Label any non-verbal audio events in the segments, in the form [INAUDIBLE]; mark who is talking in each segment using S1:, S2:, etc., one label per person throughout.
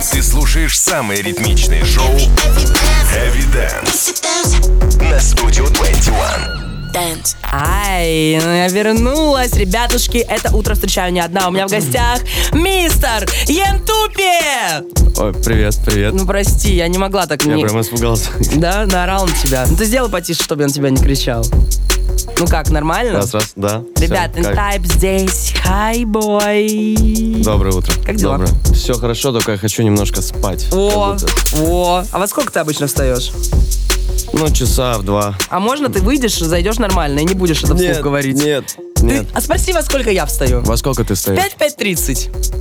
S1: слушаешь самые ритмичные шоу Heavy Dance на Studio 21.
S2: Dance. Ай, ну я вернулась, ребятушки. Это утро встречаю не одна. У меня в гостях мистер Ентупи.
S3: Ой, привет, привет.
S2: Ну прости, я не могла так.
S3: Я
S2: не-
S3: прям испугался.
S2: [LAUGHS] Да, наорал на тебя. Ну ты сделай потише, чтобы я на тебя не кричал. Ну как, нормально?
S3: Раз, раз, да. всё,
S2: Ребят,
S3: кайф.
S2: Интайп здесь. Хай, бой.
S3: Доброе утро.
S2: Как дела?
S3: Все хорошо, только я хочу немножко спать.
S2: О,
S3: Как будто.
S2: о. А во сколько ты обычно встаешь?
S3: Ну, часа в два.
S2: А можно ты выйдешь, зайдешь нормально и не будешь это вслух говорить?
S3: Нет,
S2: Ты-
S3: нет.
S2: а спроси, во сколько я встаю?
S3: Во сколько ты стоишь?
S2: 5-5.30.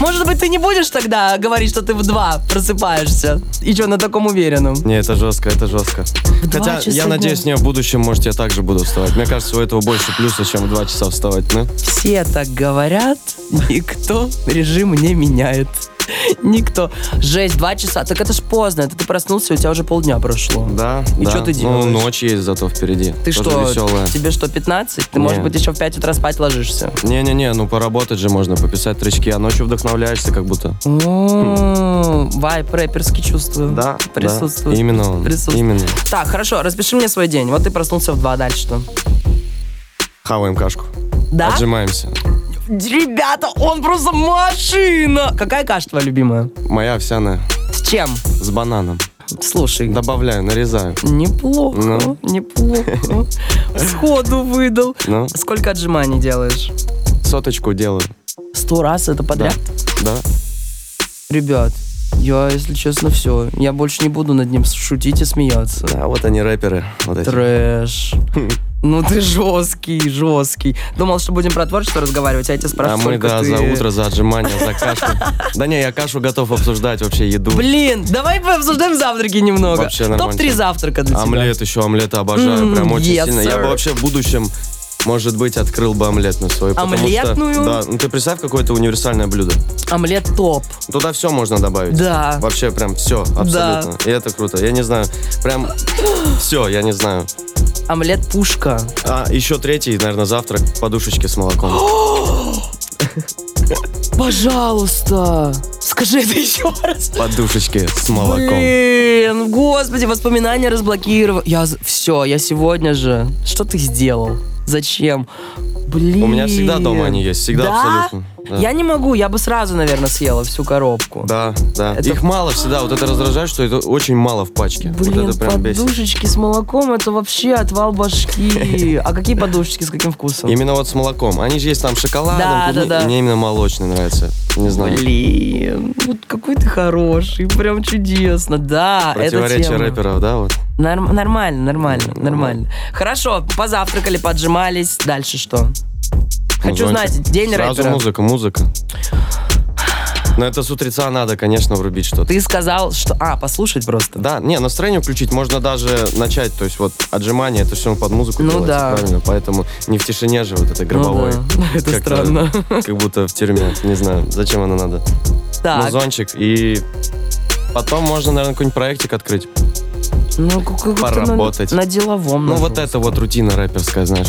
S2: Может быть, ты не будешь тогда говорить, что ты в 2 просыпаешься? И что, на таком уверенном?
S3: Не, это жестко, это жестко.
S2: два
S3: Хотя,
S2: часа
S3: я
S2: дня.
S3: надеюсь, не в будущем, может, я также буду вставать. Мне кажется, у этого больше плюса, чем в два часа вставать, ну.
S2: Все так говорят, никто режим не меняет. Никто. Жесть, два часа. Так это ж поздно. Это ты проснулся, у тебя уже полдня прошло.
S3: Да,
S2: И
S3: да.
S2: чё ты
S3: Ну,
S2: делаешь?
S3: ночь есть зато впереди.
S2: Ты что,
S3: веселая.
S2: тебе что, 15? Ты, может
S3: Не.
S2: быть, еще в 5 утра спать ложишься.
S3: Не-не-не, ну поработать же можно, пописать тречки, а ночью вдохновляешься как будто.
S2: О, Вайп рэперский чувствую.
S3: Хм. Да,
S2: Присутствует.
S3: да, именно он,
S2: Присутствует.
S3: именно.
S2: Так, хорошо, распиши мне свой день. Вот ты проснулся в 2, дальше что?
S3: Хаваем кашку.
S2: Да?
S3: Отжимаемся.
S2: Ребята, он просто машина! Какая каша твоя любимая?
S3: Моя овсяная
S2: С чем?
S3: с бананом.
S2: Слушай,
S3: Добавляю, нарезаю.
S2: неплохо,
S3: Ну? [LAUGHS]
S2: неплохо. Сходу выдал.
S3: Ну,
S2: Сколько отжиманий делаешь?
S3: соточку делаю.
S2: Сто раз это подряд?
S3: Да.
S2: Ребят, я, если честно, все. Я больше не буду над ним шутить и смеяться.
S3: Да, А вот они рэперы. Вот эти. [LAUGHS]
S2: Трэш. Ну ты жесткий, жесткий. Думал, что будем про творчество разговаривать, а я тебя
S3: А
S2: спрашиваю,
S3: мы,
S2: сколько
S3: да,
S2: ты-
S3: за утро, за отжимания, за кашку.
S2: [LAUGHS]
S3: Да не, я кашу готов обсуждать вообще еду.
S2: Блин, давай пообсуждаем завтраки немного.
S3: Вообще нормально.
S2: Топ-3 завтрака для тебя.
S3: Омлет еще, омлета обожаю,
S2: М,
S3: прям очень
S2: yes,
S3: сильно. Я
S2: sir.
S3: бы вообще в будущем, может быть, открыл бы омлетную свою. потому что-
S2: Омлетную?
S3: Да, ну ты представь, какое-то универсальное блюдо.
S2: Омлет топ.
S3: Туда все можно добавить.
S2: Да.
S3: Вообще прям все, абсолютно. И это круто. Я не знаю, прям все, я не знаю.
S2: Омлет пушка.
S3: А еще третий, наверное, завтрак, подушечки
S2: [GASPS]
S3: с молоком.
S2: Пожалуйста. Скажи это [LAUGHS] еще раз.
S3: Подушечки с молоком.
S2: Блин, господи, воспоминания разблокировал. Я все, я сегодня же. Что ты сделал? Зачем? Блин.
S3: У меня всегда дома они есть, всегда
S2: Да?
S3: абсолютно. Да.
S2: Я не могу, я бы сразу, наверное, съела всю коробку.
S3: Да, да.
S2: Это-
S3: Их мало всегда. Вот это раздражает, что это очень мало в пачке.
S2: Блин,
S3: вот это прям бесит.
S2: подушечки с молоком, это вообще отвал
S3: [LAUGHS]
S2: башки. А какие подушечки, с каким вкусом?
S3: Именно вот с молоком. Они же есть там шоколад.
S2: Да, да, да.
S3: Мне именно молочный нравится. Не знаю.
S2: Блин, вот какой ты хороший, прям чудесно. Да, это
S3: Противоречие
S2: тема.
S3: рэперов, да, вот.
S2: Норм- нормально, нормально, нормально. Хорошо, позавтракали, поджимались. Дальше что? Хочу
S3: Музончик.
S2: знать, день
S3: Сразу
S2: рэпера.
S3: музыка, музыка. Но это с утреца надо, конечно, врубить что-то.
S2: Ты сказал, что... А, послушать просто.
S3: Да, не, настроение включить можно даже начать, то есть вот отжимание, это все под музыку
S2: Ну
S3: делается,
S2: да.
S3: правильно, поэтому не в тишине же вот этой гробовой.
S2: Ну да, [LAUGHS] это
S3: Как-то-
S2: странно.
S3: [LAUGHS] Как будто в тюрьме, не знаю, зачем она надо.
S2: Так,
S3: Музончик и потом можно, наверное, какой-нибудь проектик открыть.
S2: ну как- как-то на-
S3: поработать.
S2: На, деловом.
S3: Ну
S2: надо. [LAUGHS]
S3: вот это вот рутина рэперская, знаешь.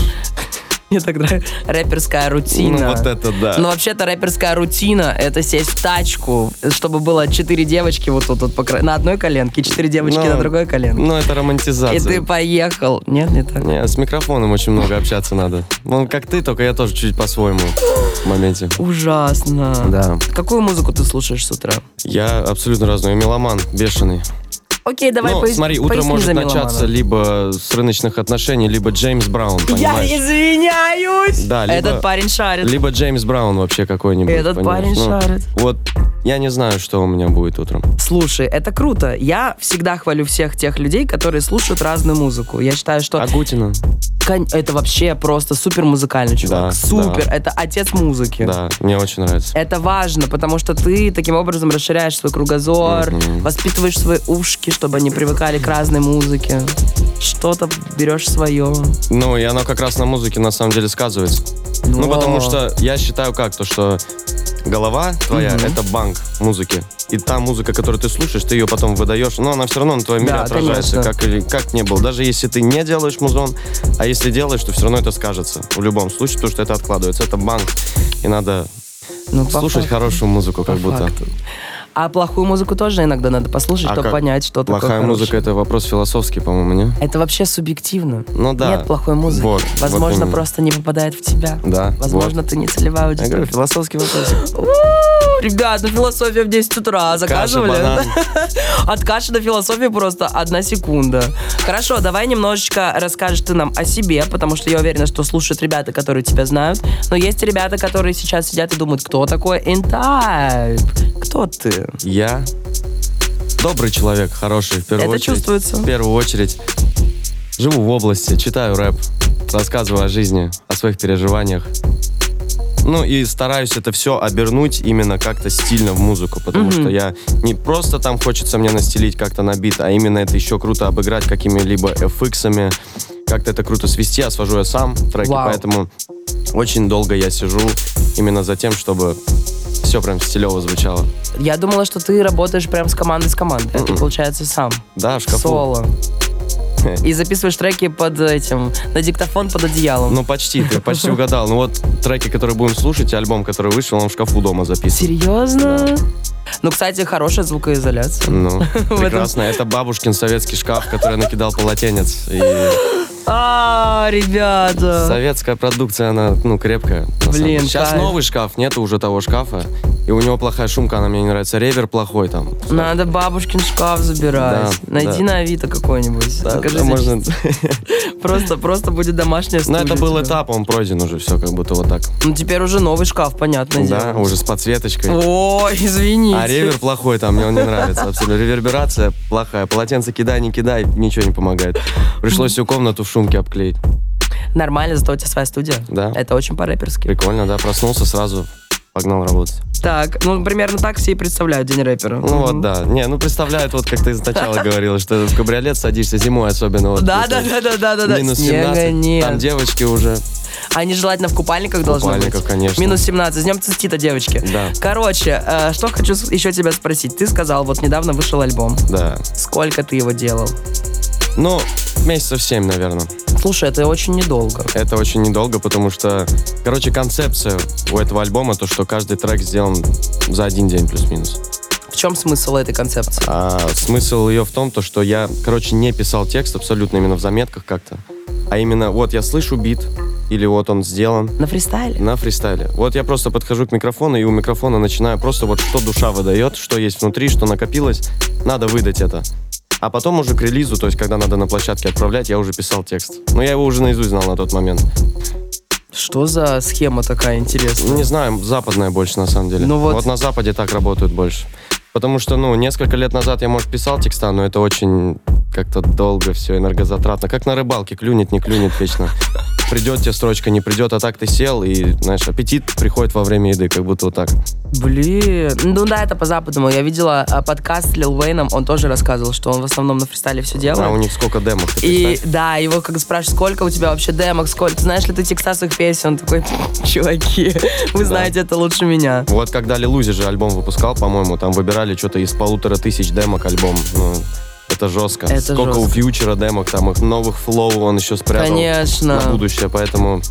S2: Мне так нравится. Рэперская рутина.
S3: Ну вот это да.
S2: Но вообще-то рэперская рутина — это сесть в тачку, чтобы было четыре девочки вот тут вот по кра- на одной коленке, четыре девочки
S3: Ну,
S2: на другой коленке.
S3: Ну это
S2: И
S3: романтизация.
S2: ты поехал. Нет, не так.
S3: Не, с микрофоном очень много общаться надо. Он как ты, только я тоже чуть по-своему в моменте.
S2: Ужасно.
S3: Да.
S2: Какую музыку ты слушаешь с утра?
S3: Я абсолютно разный. Я меломан, бешеный.
S2: Окей, давай
S3: ну,
S2: пояс-
S3: смотри, утро
S2: поясни
S3: может
S2: за
S3: начаться
S2: меломана.
S3: либо с рыночных отношений, либо Джеймс Браун, понимаешь?
S2: Я извиняюсь!
S3: Да, либо-
S2: Этот парень шарит.
S3: Либо Джеймс Браун вообще какой-нибудь.
S2: Этот
S3: понимаешь?
S2: парень
S3: Ну,
S2: шарит.
S3: Вот я не знаю, что у меня будет утром.
S2: Слушай, это круто. Я всегда хвалю всех тех людей, которые слушают разную музыку. Я считаю, что
S3: Агутина?
S2: кон- это вообще просто супер музыкальный чувак.
S3: Да,
S2: супер. Это отец музыки.
S3: Да, мне очень нравится.
S2: Это важно, потому что ты таким образом расширяешь свой кругозор,
S3: Мгм.
S2: воспитываешь свои ушки, чтобы они привыкали к разной музыке. Что-то берешь свое.
S3: Ну, и оно как раз на музыке на самом деле сказывается. Ну, потому что я считаю как, то что голова твоя
S2: Мгм.
S3: это банк музыки. И та музыка, которую ты слушаешь, ты ее потом выдаешь, но она все равно на твоем мире
S2: Да,
S3: отражается,
S2: конечно.
S3: как или как не было. Даже если ты не делаешь музон, а если делаешь, то все равно это скажется. В любом случае, потому что это откладывается. Это банк. И надо
S2: Ну, по
S3: слушать
S2: факту,
S3: хорошую музыку,
S2: по
S3: как будто.
S2: факту. А плохую музыку тоже иногда надо послушать,
S3: А
S2: чтобы
S3: как?
S2: понять, что такое
S3: Плохая
S2: хорошее.
S3: музыка это вопрос философский, по-моему, не?
S2: Это вообще субъективно.
S3: Ну да.
S2: Нет плохой музыки.
S3: Вот, вот
S2: Возможно,
S3: именно.
S2: просто не попадает в тебя.
S3: Да,
S2: Возможно, ты не целевая
S3: Я
S2: аудитория.
S3: говорю, философский вопрос.
S2: У, Ребят, ну философия в 10 утра.
S3: Каша,
S2: Заказывали?
S3: банан.
S2: [LAUGHS] От каши до философии просто одна секунда. Хорошо, давай немножечко расскажешь ты нам о себе, потому что я уверена, что слушают ребята, которые тебя знают. Но есть ребята, которые сейчас сидят и думают, кто такой Интайп? Кто ты?
S3: Я добрый человек, хороший, в первую
S2: Это
S3: очередь.
S2: чувствуется.
S3: В первую очередь. Живу в области, читаю рэп, рассказываю о жизни, о своих переживаниях. Ну и стараюсь это все обернуть именно как-то стильно в музыку, потому
S2: Мгм.
S3: что я не просто там хочется мне настелить как-то на бит, а именно это еще круто обыграть какими-либо FX-ами, как-то это круто свести, а свожу я сам треки,
S2: Вау.
S3: поэтому очень долго я сижу именно за тем, чтобы все прям стилево звучало.
S2: Я думала, что ты работаешь прям с командой с командой. а ты,
S3: Мгм.
S2: получается, сам.
S3: Да, в шкафу. [LAUGHS]
S2: Соло. И записываешь треки под этим, на диктофон под одеялом.
S3: Ну, почти, ты почти угадал. Ну вот треки, которые будем слушать, и альбом, который вышел, он в шкафу дома записан.
S2: Серьезно? Ну, кстати, хорошая звукоизоляция. [LAUGHS]
S3: Ну,
S2: этом-
S3: прекрасно. Это бабушкин советский шкаф, который накидал полотенец.
S2: [LAUGHS]
S3: И
S2: А, ребята.
S3: советская продукция, она, ну, крепкая. на самом
S2: Блин,
S3: деле. Сейчас
S2: кайф.
S3: новый шкаф, нету уже того шкафа. И у него плохая шумка, она мне не нравится. Ревер плохой там.
S2: Надо бабушкин шкаф забирать.
S3: Да,
S2: Найди
S3: да.
S2: на Авито какой-нибудь.
S3: Да,
S2: Закажи [LAUGHS]
S3: да, можно-
S2: зачист- Просто, просто будет домашняя
S3: Ну,
S2: студия.
S3: это был
S2: у тебя.
S3: этап, он пройден уже, все, как будто вот так.
S2: Ну, теперь уже новый шкаф, понятно.
S3: Да, уже с подсветочкой.
S2: О, извините.
S3: А ревер плохой там, мне он не нравится абсолютно. Реверберация плохая. Полотенце кидай, не кидай, ничего не помогает. Пришлось всю комнату в шумке обклеить.
S2: Нормально, зато у тебя своя студия.
S3: Да.
S2: Это очень по-рэперски.
S3: Прикольно, да, проснулся сразу, погнал работать.
S2: Так, ну, примерно так все и представляют День рэпера.
S3: Ну вот,
S2: Мгм.
S3: да. Не, ну представляют, вот как ты сначала
S2: [LAUGHS]
S3: говорила, что в кабриолет садишься зимой особенно. Вот,
S2: Да, да,
S3: если
S2: да, да, да, да, да.
S3: Минус
S2: Снега
S3: 17,
S2: нет.
S3: там девочки уже.
S2: Они желательно в купальниках должны
S3: купальниках,
S2: быть.
S3: конечно.
S2: Минус 17. С днем цистита, девочки.
S3: Да.
S2: Короче, э, что хочу с- еще тебя спросить. Ты сказал, вот недавно вышел альбом.
S3: Да.
S2: Сколько ты его делал?
S3: Ну, месяцев 7, наверное.
S2: Слушай, это очень недолго.
S3: Это очень недолго, потому что, короче, концепция у этого альбома, то, что каждый трек сделан за один день плюс-минус.
S2: В чем смысл этой концепции?
S3: А смысл ее в том, то, что я, короче, не писал текст абсолютно именно в заметках как-то. А именно, вот я слышу бит, или вот он сделан,
S2: На фристайле?
S3: На фристайле. Вот я просто подхожу к микрофону и у микрофона начинаю просто вот что душа выдает, что есть внутри, что накопилось, надо выдать это. А потом уже к релизу, то есть когда надо на площадке отправлять, я уже писал текст. Но я его уже наизусть знал на тот момент.
S2: Что за схема такая интересная?
S3: Не знаю, западная больше на самом деле.
S2: Ну вот.
S3: на Западе так работают больше. Потому что, ну, несколько лет назад я, может, писал текста, но это очень как-то долго все, энергозатратно. Как на рыбалке, клюнет, не клюнет вечно. Придет тебе строчка, не придет, а так ты сел, и, знаешь, аппетит приходит во время еды, как будто вот так.
S2: Блин. Ну да, это по-западному. Я видела а, подкаст с Лил Уэйном, он тоже рассказывал, что он в основном на фристайле все делает.
S3: А у них сколько демок? ты
S2: И
S3: представь?
S2: да, его как спрашивают, сколько у тебя вообще демок, сколько, знаешь ли ты текстас их песен? Он такой, [LAUGHS] чуваки, вы знаете это лучше меня.
S3: Вот когда Лилузи же альбом выпускал, по-моему, там выбирали что-то из полутора тысяч демок альбом. Ну, это жестко.
S2: Это
S3: Сколько у
S2: жестко.
S3: фьючера демок, там их новых флоу он еще спрятал
S2: Конечно.
S3: на будущее, поэтому...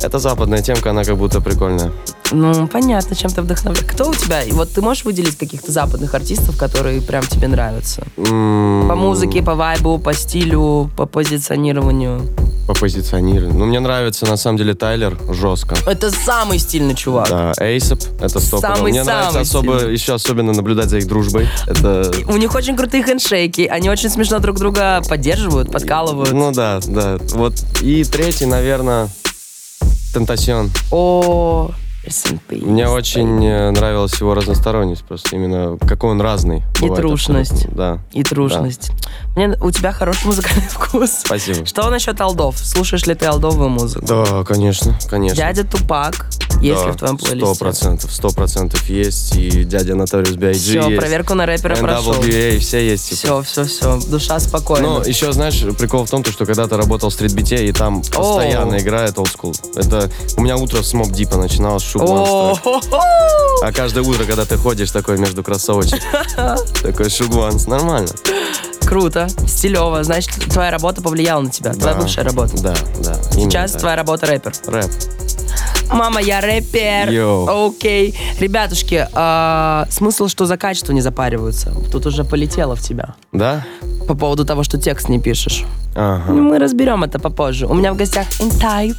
S3: Это западная темка, она как будто прикольная.
S2: Ну, понятно, чем ты вдохновляешь. Кто у тебя? И Вот ты можешь выделить каких-то западных артистов, которые прям тебе нравятся? По
S3: По
S2: музыке, по вайбу, по стилю, по позиционированию.
S3: По позиционированию. Ну, мне нравится, на самом деле, Тайлер жестко.
S2: Это самый стильный чувак.
S3: Да, Эйсап, это стоп.
S2: Самый-
S3: Мне нравится
S2: самый
S3: особо,
S2: сильный.
S3: еще особенно наблюдать за их дружбой. Это...
S2: У них очень крутые хендшейки, они очень смешно друг друга поддерживают, подкалывают.
S3: Ну да, да. Вот. И третий, наверное, Тентасион.
S2: О, S&P.
S3: Мне очень э, нравилась его разносторонность, просто именно какой он разный. бывает
S2: трушность.
S3: абсолютно. Да.
S2: и трушность. Мне, у тебя хороший музыкальный [LAUGHS] вкус.
S3: Спасибо.
S2: Что насчет алдов? Слушаешь ли ты алдовую музыку?
S3: Да, конечно, конечно.
S2: Дядя Тупак, есть ли в твоем плейлисте?
S3: Сто процентов, сто процентов есть. И дядя Notorious B.I.G.
S2: Все,
S3: есть.
S2: проверку на рэпера прошел.
S3: NWA, все есть. Ну, типа.
S2: Все, все, все, душа спокойна.
S3: Но еще, знаешь, прикол в том, то, что когда ты работал в стритбите, и там постоянно играет old school. Это у меня утро с Mobb Дипа начиналось, шуб
S2: О,
S3: Monster. А каждое утро, когда ты ходишь такой между
S2: [LAUGHS]
S3: кроссовочек, такой шугванс, нормально.
S2: круто, стилево. Значит, твоя работа повлияла на тебя, твоя
S3: Да.
S2: бывшая работа.
S3: Да, да. именно
S2: Сейчас
S3: так.
S2: твоя работа рэпер.
S3: Рэп.
S2: Мама, я рэпер.
S3: Йоу.
S2: Окей. Ребятушки, а, смысл, что за качество не запариваются. Тут уже полетело в тебя.
S3: Да?
S2: По поводу того, что текст не пишешь.
S3: Ага.
S2: Мы разберем это попозже. У меня в гостях Интай.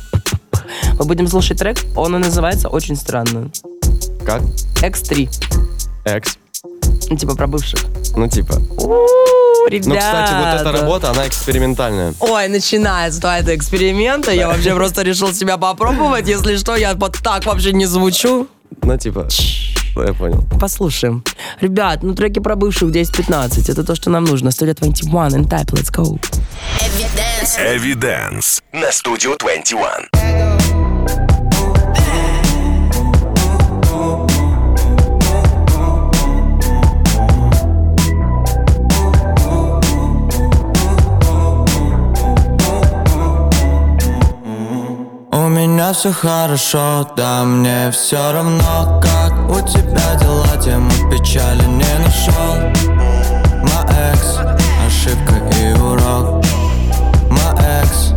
S2: Мы будем слушать трек. Он и называется очень странно.
S3: Как?
S2: X3.
S3: Экс.
S2: Ну, типа про бывших.
S3: Ну, типа.
S2: У-у-у,
S3: Ну, кстати, вот эта
S2: ребята.
S3: работа, она экспериментальная.
S2: Ой, начинается то это эксперимента. Я вообще просто решил себя попробовать. Если что, я вот так вообще не звучу.
S3: Ну, типа, ну, я понял.
S2: Послушаем. Ребят, ну треки про бывших 10-15. Это то, что нам нужно. Studio 21 and type, let's go.
S1: Evidence на студию 21.
S4: У меня все хорошо, да мне все равно Как у тебя дела, тему печали не нашел Моя экс, ошибка и урок Моя экс,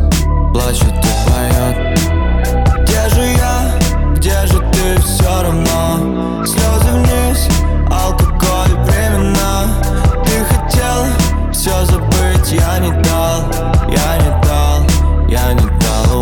S4: плачет и поет Где же я, где же ты, все равно Слезы вниз, алкоголь временно Ты хотел все забыть, я не дал Я не дал, я не дал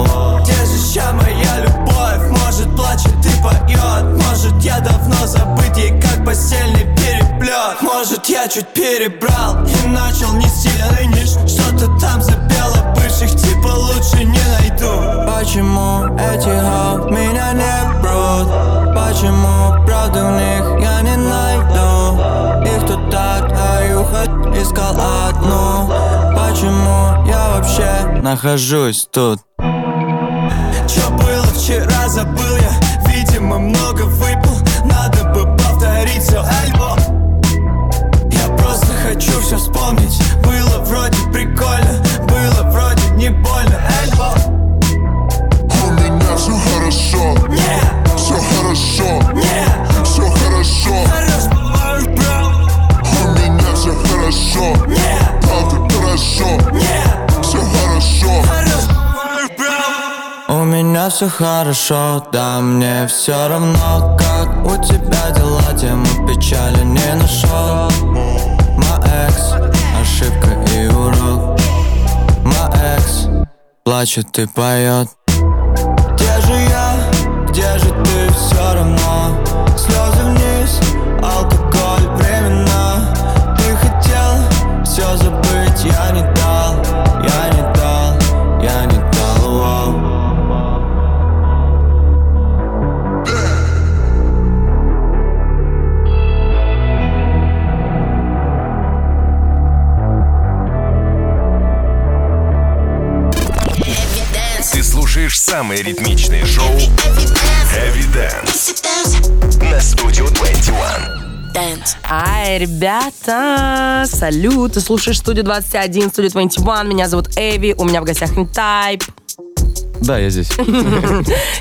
S4: о. Где же ща моя любовь? Может плачет и поет Может я давно забыть ей как постельный переплет Может я чуть перебрал и начал не сильный ниш Что-то там запела бывших типа лучше не найду Почему эти хоп меня не брут? Почему правду в них я не найду? И кто так, а юха искал одну Почему я вообще нахожусь тут? Чё было вчера, забыл я Видимо, много выпил Надо бы повторить все альбом Я просто хочу все вспомнить Было вроде прикольно Было вроде не больно Альбом
S5: У меня все хорошо,
S4: Не,
S5: все хорошо,
S4: не
S5: все хорошо.
S4: Хорош, бывает, брат.
S5: У меня все хорошо,
S4: Не,
S5: правда хорошо,
S4: не
S5: все хорошо.
S4: У меня все хорошо, да мне все равно Как у тебя дела, тему печали не нашел Моя экс, ошибка и урок Моя экс, плачет и поет Где же я, где же ты, все равно Слезы вниз, алкоголь временно Ты хотел все забыть, я не дал Я не дал, я не дал, вау.
S1: Ты слушаешь самое ритмичное шоу Evidence на студию 21.
S2: Ай, ребята, салют. Ты слушаешь студию 21, студию 21. Меня зовут Эви, у меня в гостях Интайп.
S3: Да, я здесь.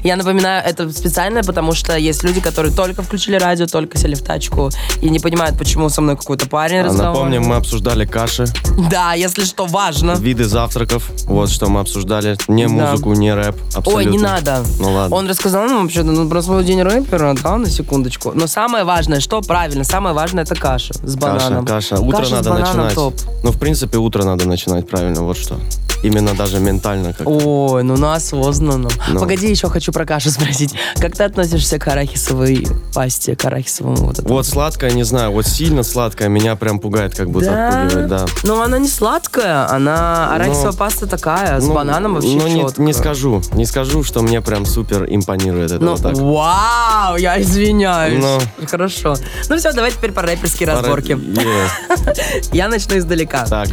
S2: Я напоминаю, это специально, потому что есть люди, которые только включили радио, только сели в тачку и не понимают, почему со мной какой-то парень
S3: А Напомним,
S2: разговаривает.
S3: мы обсуждали каши,
S2: Да, если что, важно.
S3: виды завтраков. Вот что мы обсуждали. Не
S2: Да.
S3: музыку, не рэп. Абсолютно.
S2: Ой, не надо.
S3: Ну ладно.
S2: Он рассказал нам вообще ну, про свой день рэпера, да, на секундочку. Но самое важное, что правильно, самое важное это каша с
S3: Каша,
S2: бананом.
S3: каша. Утро
S2: с
S3: надо
S2: бананом
S3: начинать.
S2: топ.
S3: Ну, в принципе, утро надо начинать правильно, вот что. Именно даже ментально как
S2: Ой, ну на осознанном.
S3: Ну.
S2: Погоди, еще хочу про кашу спросить. Как ты относишься к арахисовой пасте, к арахисовому вот этому?
S3: Вот сладкое, не знаю, вот сильно сладкое меня прям пугает, как будто отпугивает, да.
S2: Ну, она не сладкая, она арахисовая паста такая, с
S3: Ну,
S2: бананом вообще
S3: Ну, не,
S2: чётко.
S3: не скажу, не скажу, что мне прям супер импонирует это
S2: Ну,
S3: вот так.
S2: вау, я извиняюсь.
S3: Ну.
S2: Хорошо. Ну все, давай теперь про рэперские
S3: Пора-
S2: разборки.
S3: Е,
S2: [LAUGHS] Я начну издалека.
S3: Так,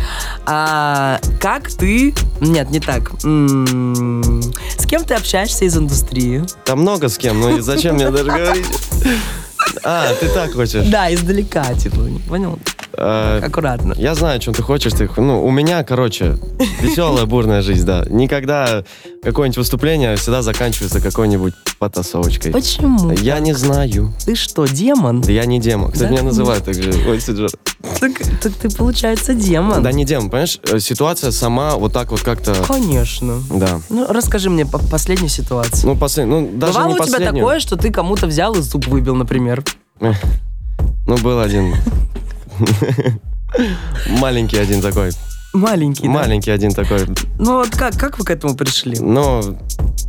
S2: А, как ты... Нет, не так. М, С кем ты общаешься из индустрии?
S3: там много с кем, ну и зачем мне
S2: [LAUGHS]
S3: даже говорить? А, ты так хочешь.
S2: Да, издалека, типа. Понял?
S3: Э,
S2: Аккуратно.
S3: Я знаю, о чем ты хочешь. Ты, ну, у меня, короче, веселая, бурная жизнь, да. Никогда какое-нибудь выступление всегда заканчивается какой-нибудь потасовочкой.
S2: Почему?
S3: Я не знаю.
S2: Ты что, демон?
S3: Да я не демон. Кстати,
S2: Да? [LAUGHS]
S3: меня называют так же. Ой, Сиджар.
S2: Так, так ты, получается, демон.
S3: Да не демон, понимаешь, э, ситуация сама вот так вот как-то...
S2: Конечно.
S3: Да.
S2: Ну, расскажи мне по последнюю ситуацию.
S3: Ну, после... ну даже
S2: Бывало
S3: не
S2: у тебя
S3: последнюю.
S2: такое, что ты кому-то взял и зуб выбил, например?
S3: Эх, Ну, был один. [LAUGHS] Маленький один такой.
S2: Маленький, да?
S3: Маленький один такой.
S2: Ну вот как, как вы к этому пришли?
S3: Но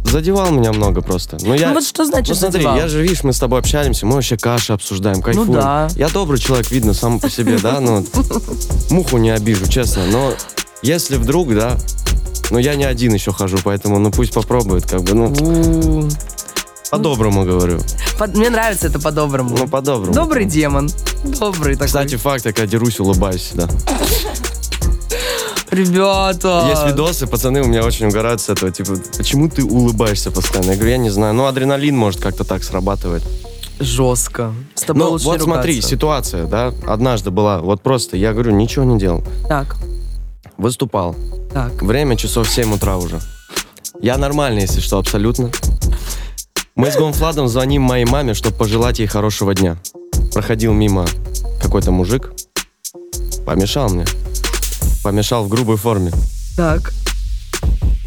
S3: задевал меня много просто. Ну, я...
S2: Ну вот что значит
S3: Ну, смотри,
S2: задевал? Ну
S3: я же, видишь, мы с тобой общаемся, мы вообще каши обсуждаем, кайфуем.
S2: да.
S3: Я добрый человек, видно, сам по себе, да, но муху не обижу, честно. Но если вдруг, да, ну я не один еще хожу, поэтому, ну пусть попробует, как бы, ну,
S2: У,
S3: по-доброму говорю.
S2: под- Мне нравится это по-доброму.
S3: Ну, по-доброму.
S2: Добрый демон. Добрый такой.
S3: Кстати, факт, я когда дерусь, улыбаюсь всегда.
S2: Ребята.
S3: Есть видосы, пацаны у меня очень угорают с этого, типа, почему ты улыбаешься постоянно? Я говорю, я не знаю, ну адреналин, может, как-то так срабатывает.
S2: Жестко. С тобой
S3: Ну,
S2: лучше
S3: вот
S2: не
S3: смотри,
S2: ругаться.
S3: ситуация, да, однажды была, вот просто, я говорю, ничего не делал,
S2: Так,
S3: выступал,
S2: так.
S3: Время часов 7 утра уже. Я нормальный, если что, абсолютно. Мы с Гонфладом звоним моей маме, чтобы пожелать ей хорошего дня. Проходил мимо какой-то мужик. Помешал мне. Помешал в грубой форме.
S2: Так.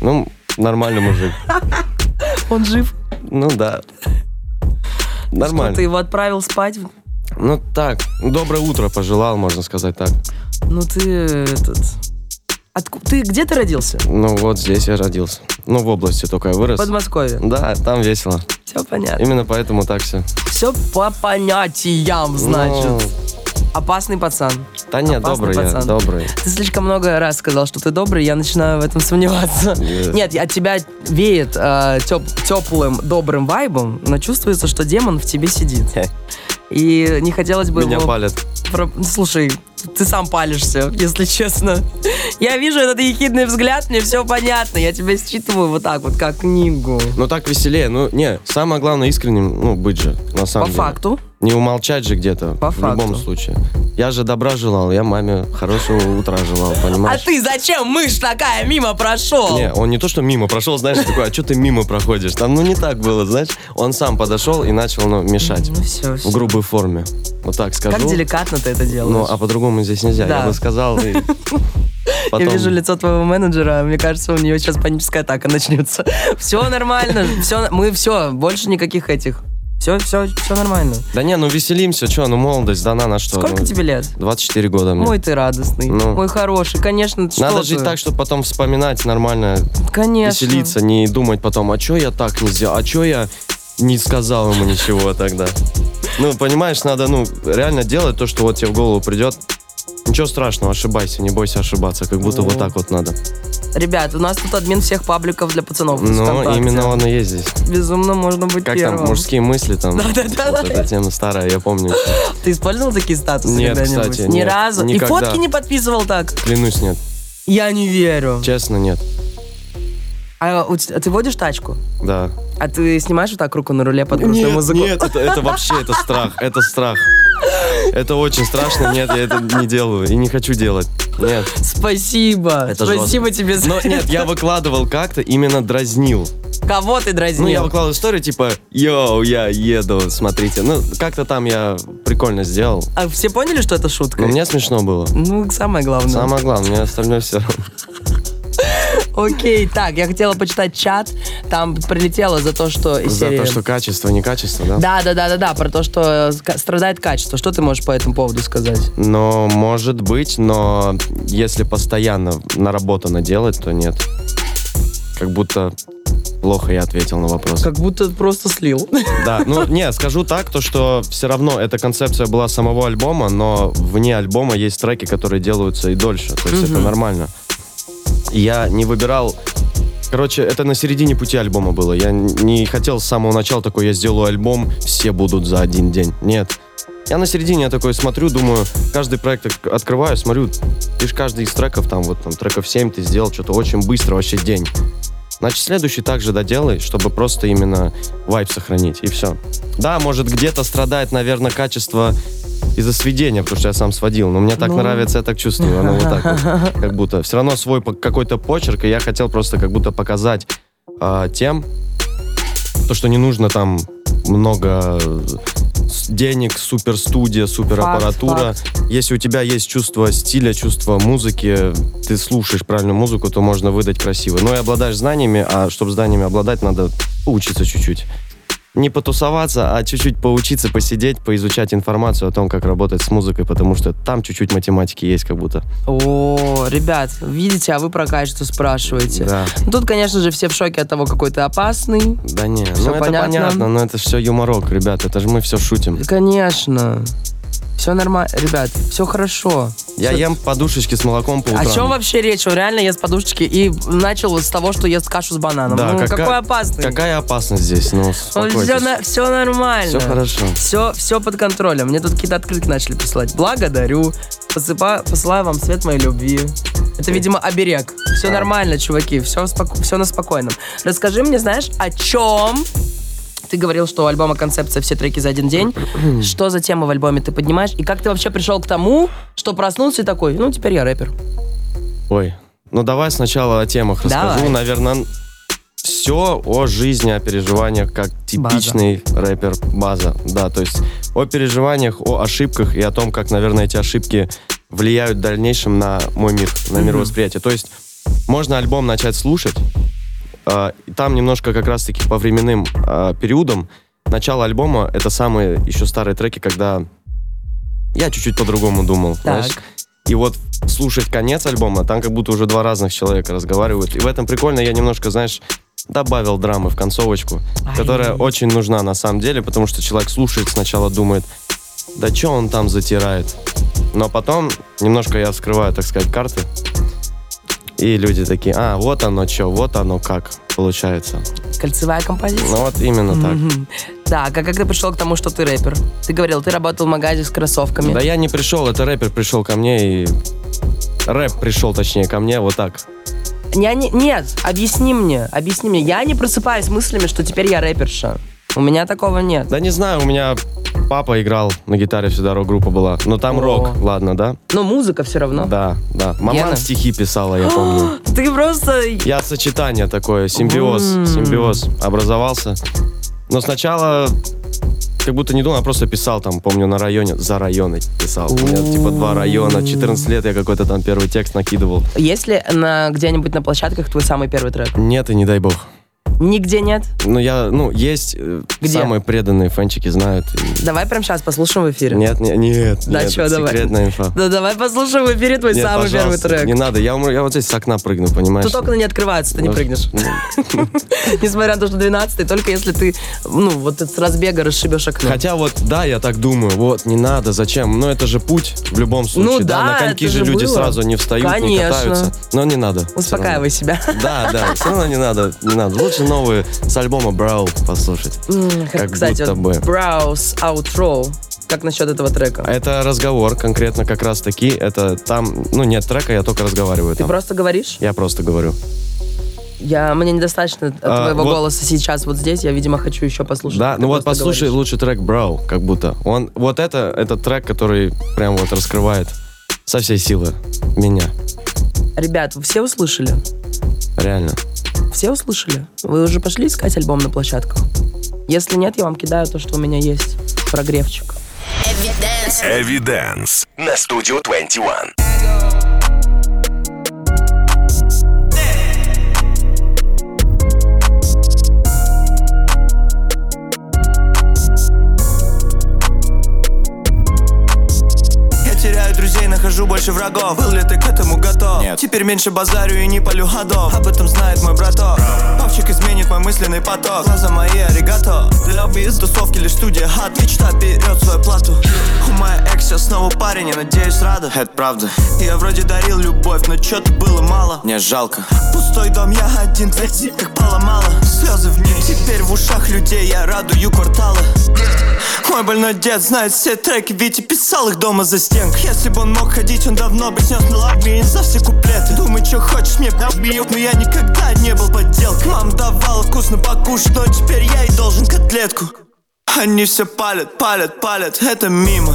S3: Ну, нормальный мужик.
S2: Он жив?
S3: Ну да.
S2: Что, ты
S3: Нормально.
S2: его отправил спать?
S3: Ну так, доброе утро пожелал, можно сказать так.
S2: Ну ты этот... Отку- Ты где ты родился?
S3: Ну вот здесь я родился. Ну в области только я
S2: В
S3: вырос.
S2: Подмосковье.
S3: Да, там весело.
S2: Все понятно.
S3: Именно поэтому так все.
S2: Все по понятиям, значит.
S3: Ну.
S2: Опасный пацан.
S3: Да нет,
S2: Опасный
S3: добрый я,
S2: пацан.
S3: добрый.
S2: Ты слишком много раз сказал, что ты добрый, я начинаю в этом сомневаться.
S3: Нет.
S2: Нет, от тебя веет теплым, добрым вайбом, но чувствуется, что демон в тебе сидит. И не хотелось бы
S3: [LAUGHS] Меня
S2: его
S3: палят.
S2: про- Слушай, ты сам палишься, если честно. Я вижу этот ехидный взгляд, мне все понятно. Я тебя считываю вот так вот, как книгу.
S3: Ну так веселее. Ну, не, самое главное искренним, ну, быть же, на
S2: По
S3: самом деле.
S2: факту.
S3: Не умолчать же где-то.
S2: По
S3: в любом
S2: факту.
S3: случае. Я же добра желал, я маме хорошего утра желал,
S2: [LAUGHS] А
S3: понимаешь?
S2: ты зачем мышь такая мимо прошел?
S3: Не, он не то, что мимо прошел, знаешь, такой, а что ты мимо проходишь? Там, ну, не так было, знаешь. Он сам подошел и начал, ну, мешать.
S2: Ну все,
S3: В грубой форме. Вот так скажу.
S2: Как деликатно ты это делаешь.
S3: Ну, а по-другому здесь нельзя.
S2: Да.
S3: Я бы
S2: [LAUGHS]
S3: сказал, и потом...
S2: Я вижу лицо твоего менеджера, а мне кажется, у нее сейчас паническая атака начнется. [LAUGHS] Все нормально, все, мы все, больше никаких этих. Все, все, все нормально.
S3: Да не, ну веселимся, что, ну молодость дана на что.
S2: Сколько
S3: ну,
S2: тебе лет?
S3: 24 года мне.
S2: Мой ты радостный,
S3: Ну.
S2: мой хороший, конечно. что
S3: Надо
S2: ты?
S3: жить так, чтобы потом вспоминать нормально,
S2: конечно.
S3: веселиться, не думать потом, а чё я так не сделал, а чё я не сказал ему ничего тогда. Ну, понимаешь, надо, ну, реально делать то, что вот тебе в голову придет. Ничего страшного, ошибайся, не бойся ошибаться, как будто вот так вот надо.
S2: Ребят, у нас тут админ всех пабликов для пацанов. из
S3: Но
S2: ВКонтакте.
S3: Ну, именно он и есть здесь.
S2: Безумно можно быть
S3: Как
S2: первым.
S3: там, мужские мысли там?
S2: Да-да-да.
S3: Вот эта тема старая, я помню.
S2: Ты использовал такие статусы
S3: Нет,
S2: когда-нибудь?
S3: кстати,
S2: Ни
S3: нет,
S2: разу. И
S3: никогда.
S2: фотки не подписывал так?
S3: Клянусь, нет.
S2: Я не верю.
S3: Честно, нет.
S2: А, у те- а ты водишь тачку?
S3: Да.
S2: А ты снимаешь вот так руку на руле под грустную
S3: нет,
S2: музыку?
S3: Нет, это, это вообще это страх, это страх. Это очень страшно, нет, я это не делаю и не хочу делать. Нет.
S2: Спасибо.
S3: Это
S2: Спасибо тебе за
S3: Но нет, я выкладывал как-то, именно дразнил.
S2: Кого ты дразнил?
S3: Ну, я выкладывал историю, типа, йоу, я еду, смотрите. Ну, как-то там я прикольно сделал.
S2: А все поняли, что это шутка?
S3: Но мне смешно было.
S2: Ну, самое главное.
S3: Самое главное, мне остальное все.
S2: Окей, так, я хотела почитать чат. Там прилетело за то, что... из
S3: За
S2: серии-
S3: то, что качество, не качество, да?
S2: Да, да, да, да, да, про то, что э, ска- страдает качество. Что ты можешь по этому поводу сказать?
S3: Но может быть, но если постоянно наработано делать, то нет. Как будто плохо я ответил на вопрос.
S2: Как будто просто слил. [LAUGHS]
S3: Да, ну не, скажу так, то что все равно эта концепция была самого альбома, но вне альбома есть треки, которые делаются и дольше, то есть это нормально. Я не выбирал, короче, это на середине пути альбома было. Я н- не хотел с самого начала такой, я сделаю альбом, все будут за один день. Нет. Я на середине я такой смотрю, думаю, каждый проект ок- открываю, смотрю, ты ж каждый из треков, там вот там треков 7 ты сделал что-то очень быстро, вообще день. Значит, следующий также доделай, чтобы просто именно вайп сохранить, и все. Да, может, где-то страдает, наверное, качество из-за сведения, потому что я сам сводил, но мне так
S2: Ну.
S3: нравится, я так чувствую, оно вот так вот, как будто. Все равно свой по- какой-то почерк, и я хотел просто как будто показать а, тем, то, что не нужно там много с- денег, супер студия, супер
S2: Факт,
S3: аппаратура. Если у тебя есть чувство стиля, чувство музыки, ты слушаешь правильную музыку, то можно выдать красиво. Но и обладаешь знаниями, а чтобы знаниями обладать, надо поучиться чуть-чуть. Не потусоваться, а чуть-чуть поучиться, посидеть, поизучать информацию о том, как работать с музыкой, потому что там чуть-чуть математики есть как будто.
S2: О, ребят, видите, а вы про качество спрашиваете.
S3: Да.
S2: Ну, Тут, конечно же, все в шоке от того, какой ты опасный.
S3: Да не,
S2: Всё
S3: ну это
S2: понятно.
S3: понятно, но это все юморок, ребята, это же мы все шутим.
S2: Да, Конечно. Все нормально, ребят, все хорошо.
S3: Я ем подушечки с молоком по утрам.
S2: О чем А вообще речь? Он реально ест подушечки и начал вот с того, что ест кашу с бананом.
S3: Да,
S2: ну,
S3: какая-
S2: какой опасный.
S3: Какая опасность здесь? Ну,
S2: все,
S3: все,
S2: нормально.
S3: все хорошо.
S2: Все, все под контролем. Мне тут какие-то открытки начали присылать. Благодарю. Посыпа- посылаю вам свет моей любви. Это, видимо, оберег. Все нормально, чуваки. Все, все на спокойном. Расскажи мне, знаешь, о чем ты говорил, что у альбома концепция все треки за один день. Что за тема в альбоме ты поднимаешь? И как ты вообще пришел к тому, что проснулся и такой, ну, теперь я рэпер.
S3: Ой, ну давай сначала о темах
S2: Давай.
S3: расскажу. Наверное, все о жизни, о переживаниях, как типичный рэпер база. Да, то есть о переживаниях, о ошибках и о том, как, наверное, эти ошибки влияют в дальнейшем на мой мир, на мировосприятие. То есть можно альбом начать слушать, а, и там немножко как раз-таки по временным а, периодам начало альбома — это самые еще старые треки, когда я чуть-чуть по-другому думал,
S2: Так.
S3: знаешь. И вот слушать конец альбома, там как будто уже два разных человека разговаривают. И в этом прикольно, я немножко, знаешь, добавил драмы в концовочку,
S2: Ай.
S3: которая очень нужна на самом деле, потому что человек слушает, сначала думает, да что он там затирает. Но потом немножко я вскрываю, так сказать, карты. И люди такие, а, вот оно что, вот оно как получается.
S2: Кольцевая композиция.
S3: Ну вот именно так.
S2: Мгм. Так, а как ты пришел к тому, что ты рэпер? Ты говорил, ты работал в магазе с кроссовками.
S3: Да я не пришел, это рэпер пришел ко мне и... Рэп пришел, точнее, ко мне вот так.
S2: Я не, нет, объясни мне, объясни мне. Я не просыпаюсь мыслями, что теперь я рэперша. У меня такого нет.
S3: Да не знаю, у меня папа играл на гитаре всегда рок-группа была. Но там
S2: О.
S3: рок, ладно, да?
S2: Но музыка все равно.
S3: Да, да.
S2: Гена?
S3: Маман стихи писала, я
S2: [GASPS]
S3: помню.
S2: Ты просто...
S3: Я сочетание такое, симбиоз,
S2: М.
S3: симбиоз образовался. Но сначала как будто не думал, а просто писал там, помню, на районе, за районы писал. У меня типа два района, 14 лет я какой-то там первый текст накидывал.
S2: Есть ли на, где-нибудь на площадках твой самый первый трек?
S3: Нет и не дай бог.
S2: Нигде нет?
S3: Ну я, ну есть э,
S2: Где?
S3: самые преданные фанчики знают. И-
S2: Давай прямо сейчас послушаем в эфире.
S3: Нет, не- нет,
S2: Да
S3: нет,
S2: чё, давай.
S3: секретная инфа.
S2: Да давай послушаем в эфире твой
S3: Нет,
S2: самый первый
S3: пожалуйста,
S2: трек.
S3: Не надо, я, умру, я вот здесь с окна прыгну, понимаешь?
S2: Тут окна не открываются, ты не
S3: Ну,
S2: прыгнешь. [LAUGHS] Несмотря на то, что 12 только если ты, ну, вот с разбега расшибешь окно.
S3: Хотя вот, да, я так думаю, вот, не надо, зачем? Но это же путь в любом случае.
S2: Ну да,
S3: на коньки
S2: это
S3: же
S2: же
S3: люди
S2: было.
S3: сразу не встают, не
S2: Конечно.
S3: катаются. Но не надо. всё
S2: Успокаивай себя. [LAUGHS]
S3: равно. Да, да, все равно не надо, не надо. Лучше новые с альбома Брау послушать.
S2: М,
S3: Как
S2: Кстати,
S3: будто
S2: вот
S3: бы.
S2: Browse Outro. Как насчет этого трека?
S3: Это разговор конкретно как раз таки. Это там, ну нет трека, я только разговариваю
S2: Ты
S3: там.
S2: просто говоришь?
S3: Я просто говорю.
S2: Я, мне недостаточно от
S3: А,
S2: твоего
S3: вот-
S2: голоса сейчас вот здесь. Я, видимо, хочу еще послушать.
S3: Да,
S2: как ты
S3: ну вот
S2: просто
S3: послушай
S2: говоришь.
S3: лучше трек Брау, как будто. Он, вот это, это трек, который прям вот раскрывает со всей силы меня.
S2: Ребят, вы все услышали?
S3: Реально.
S2: Все услышали? Вы уже пошли искать альбом на площадках? Если нет, я вам кидаю то, что у меня есть. Прогревчик.
S1: Evidence на студию 21.
S4: Я теряю друзей, нахожу больше врагов Был ли ты к этому готов? Нет. Теперь меньше базарю и не полю ходов Об этом знает мой браток Папчик изменит мой мысленный поток Глаза мои аригато Для из тусовки лишь студия хат Мечта берет свою плату У моя экс сейчас снова парень Я надеюсь рада Это правда Я вроде дарил любовь, но чё-то было мало Мне жалко Пустой дом, я один, дверь как поломала Слезы в ней Теперь в ушах людей я радую кварталы мой больной дед знает все треки, Витя писал их дома за стенкой Если бы он мог ходить, он давно бы снес на лапы за все куплеты Думай, что хочешь, мне пробьют, но я никогда не был подделкой Мам давала вкусно покушать, но теперь я и должен котлетку Они все палят, палят, палят, это мимо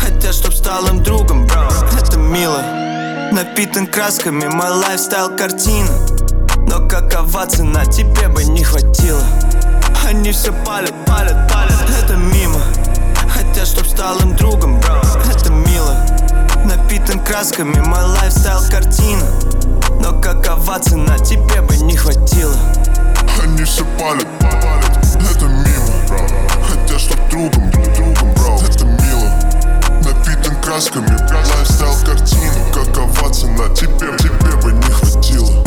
S4: Хотят, чтоб стал им другом, бро, это мило Напитан красками, мой лайфстайл картина но какова цена, тебе бы не хватило Они все палят, палят, палят, это мимо хотят, чтоб стал им другом Это мило, напитан красками Мой лайфстайл картина Но какова цена, тебе бы не хватило
S5: Они все палят, это мимо Хотя чтоб другом, другом, брал Это мило, напитан красками Лайфстайл картина, какова цена Тебе, тебе бы не хватило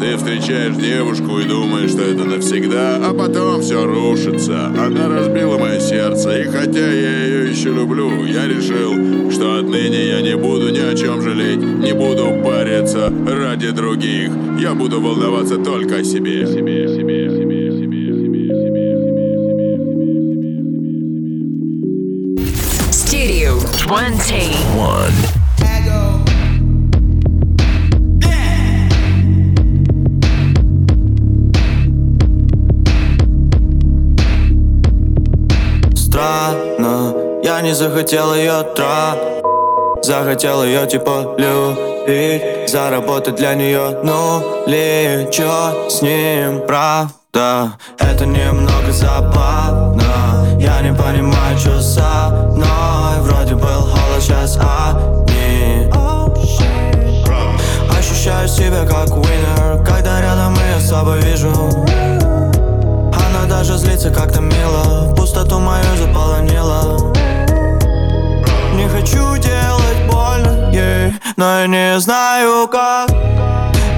S6: Ты встречаешь девушку и думаешь, что это навсегда, а потом все рушится. Она разбила мое сердце, и хотя я ее еще люблю, я решил, что отныне я не буду ни о чем жалеть, не буду париться ради других. Я буду волноваться только о себе. себе, себе, себе, себе, себе, себе, себе, себе, себе.
S7: Studio 20.
S4: Странно, я не захотел ее тра Захотел ее типа любить Заработать для нее нули Чё с ним, правда? Это немного забавно Я не понимаю, что со мной Вроде был холод, сейчас одни Ощущаю себя как winner Когда рядом ее слабо вижу она даже злится как-то мило В пустоту мою заполонила Не хочу делать больно ей Но я не знаю как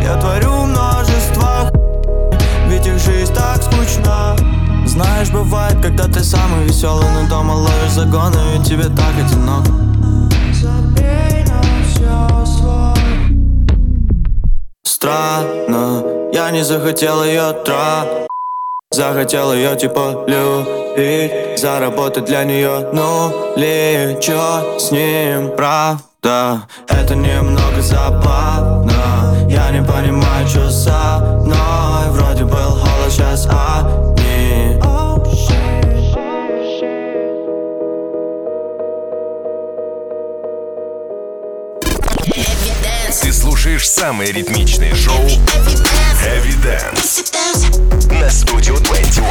S4: Я творю множество Ведь их жизнь так скучна Знаешь, бывает, когда ты самый веселый Но дома ловишь загоны и тебе так одиноко Странно, я не захотел ее тратить Захотел ее типа любить Заработать для нее нули Чё с ним, правда? Это немного забавно Я не понимаю, что со мной Вроде был холод, сейчас одни
S1: Ты слушаешь самые ритмичные шоу Heavy Dance на Studio 21.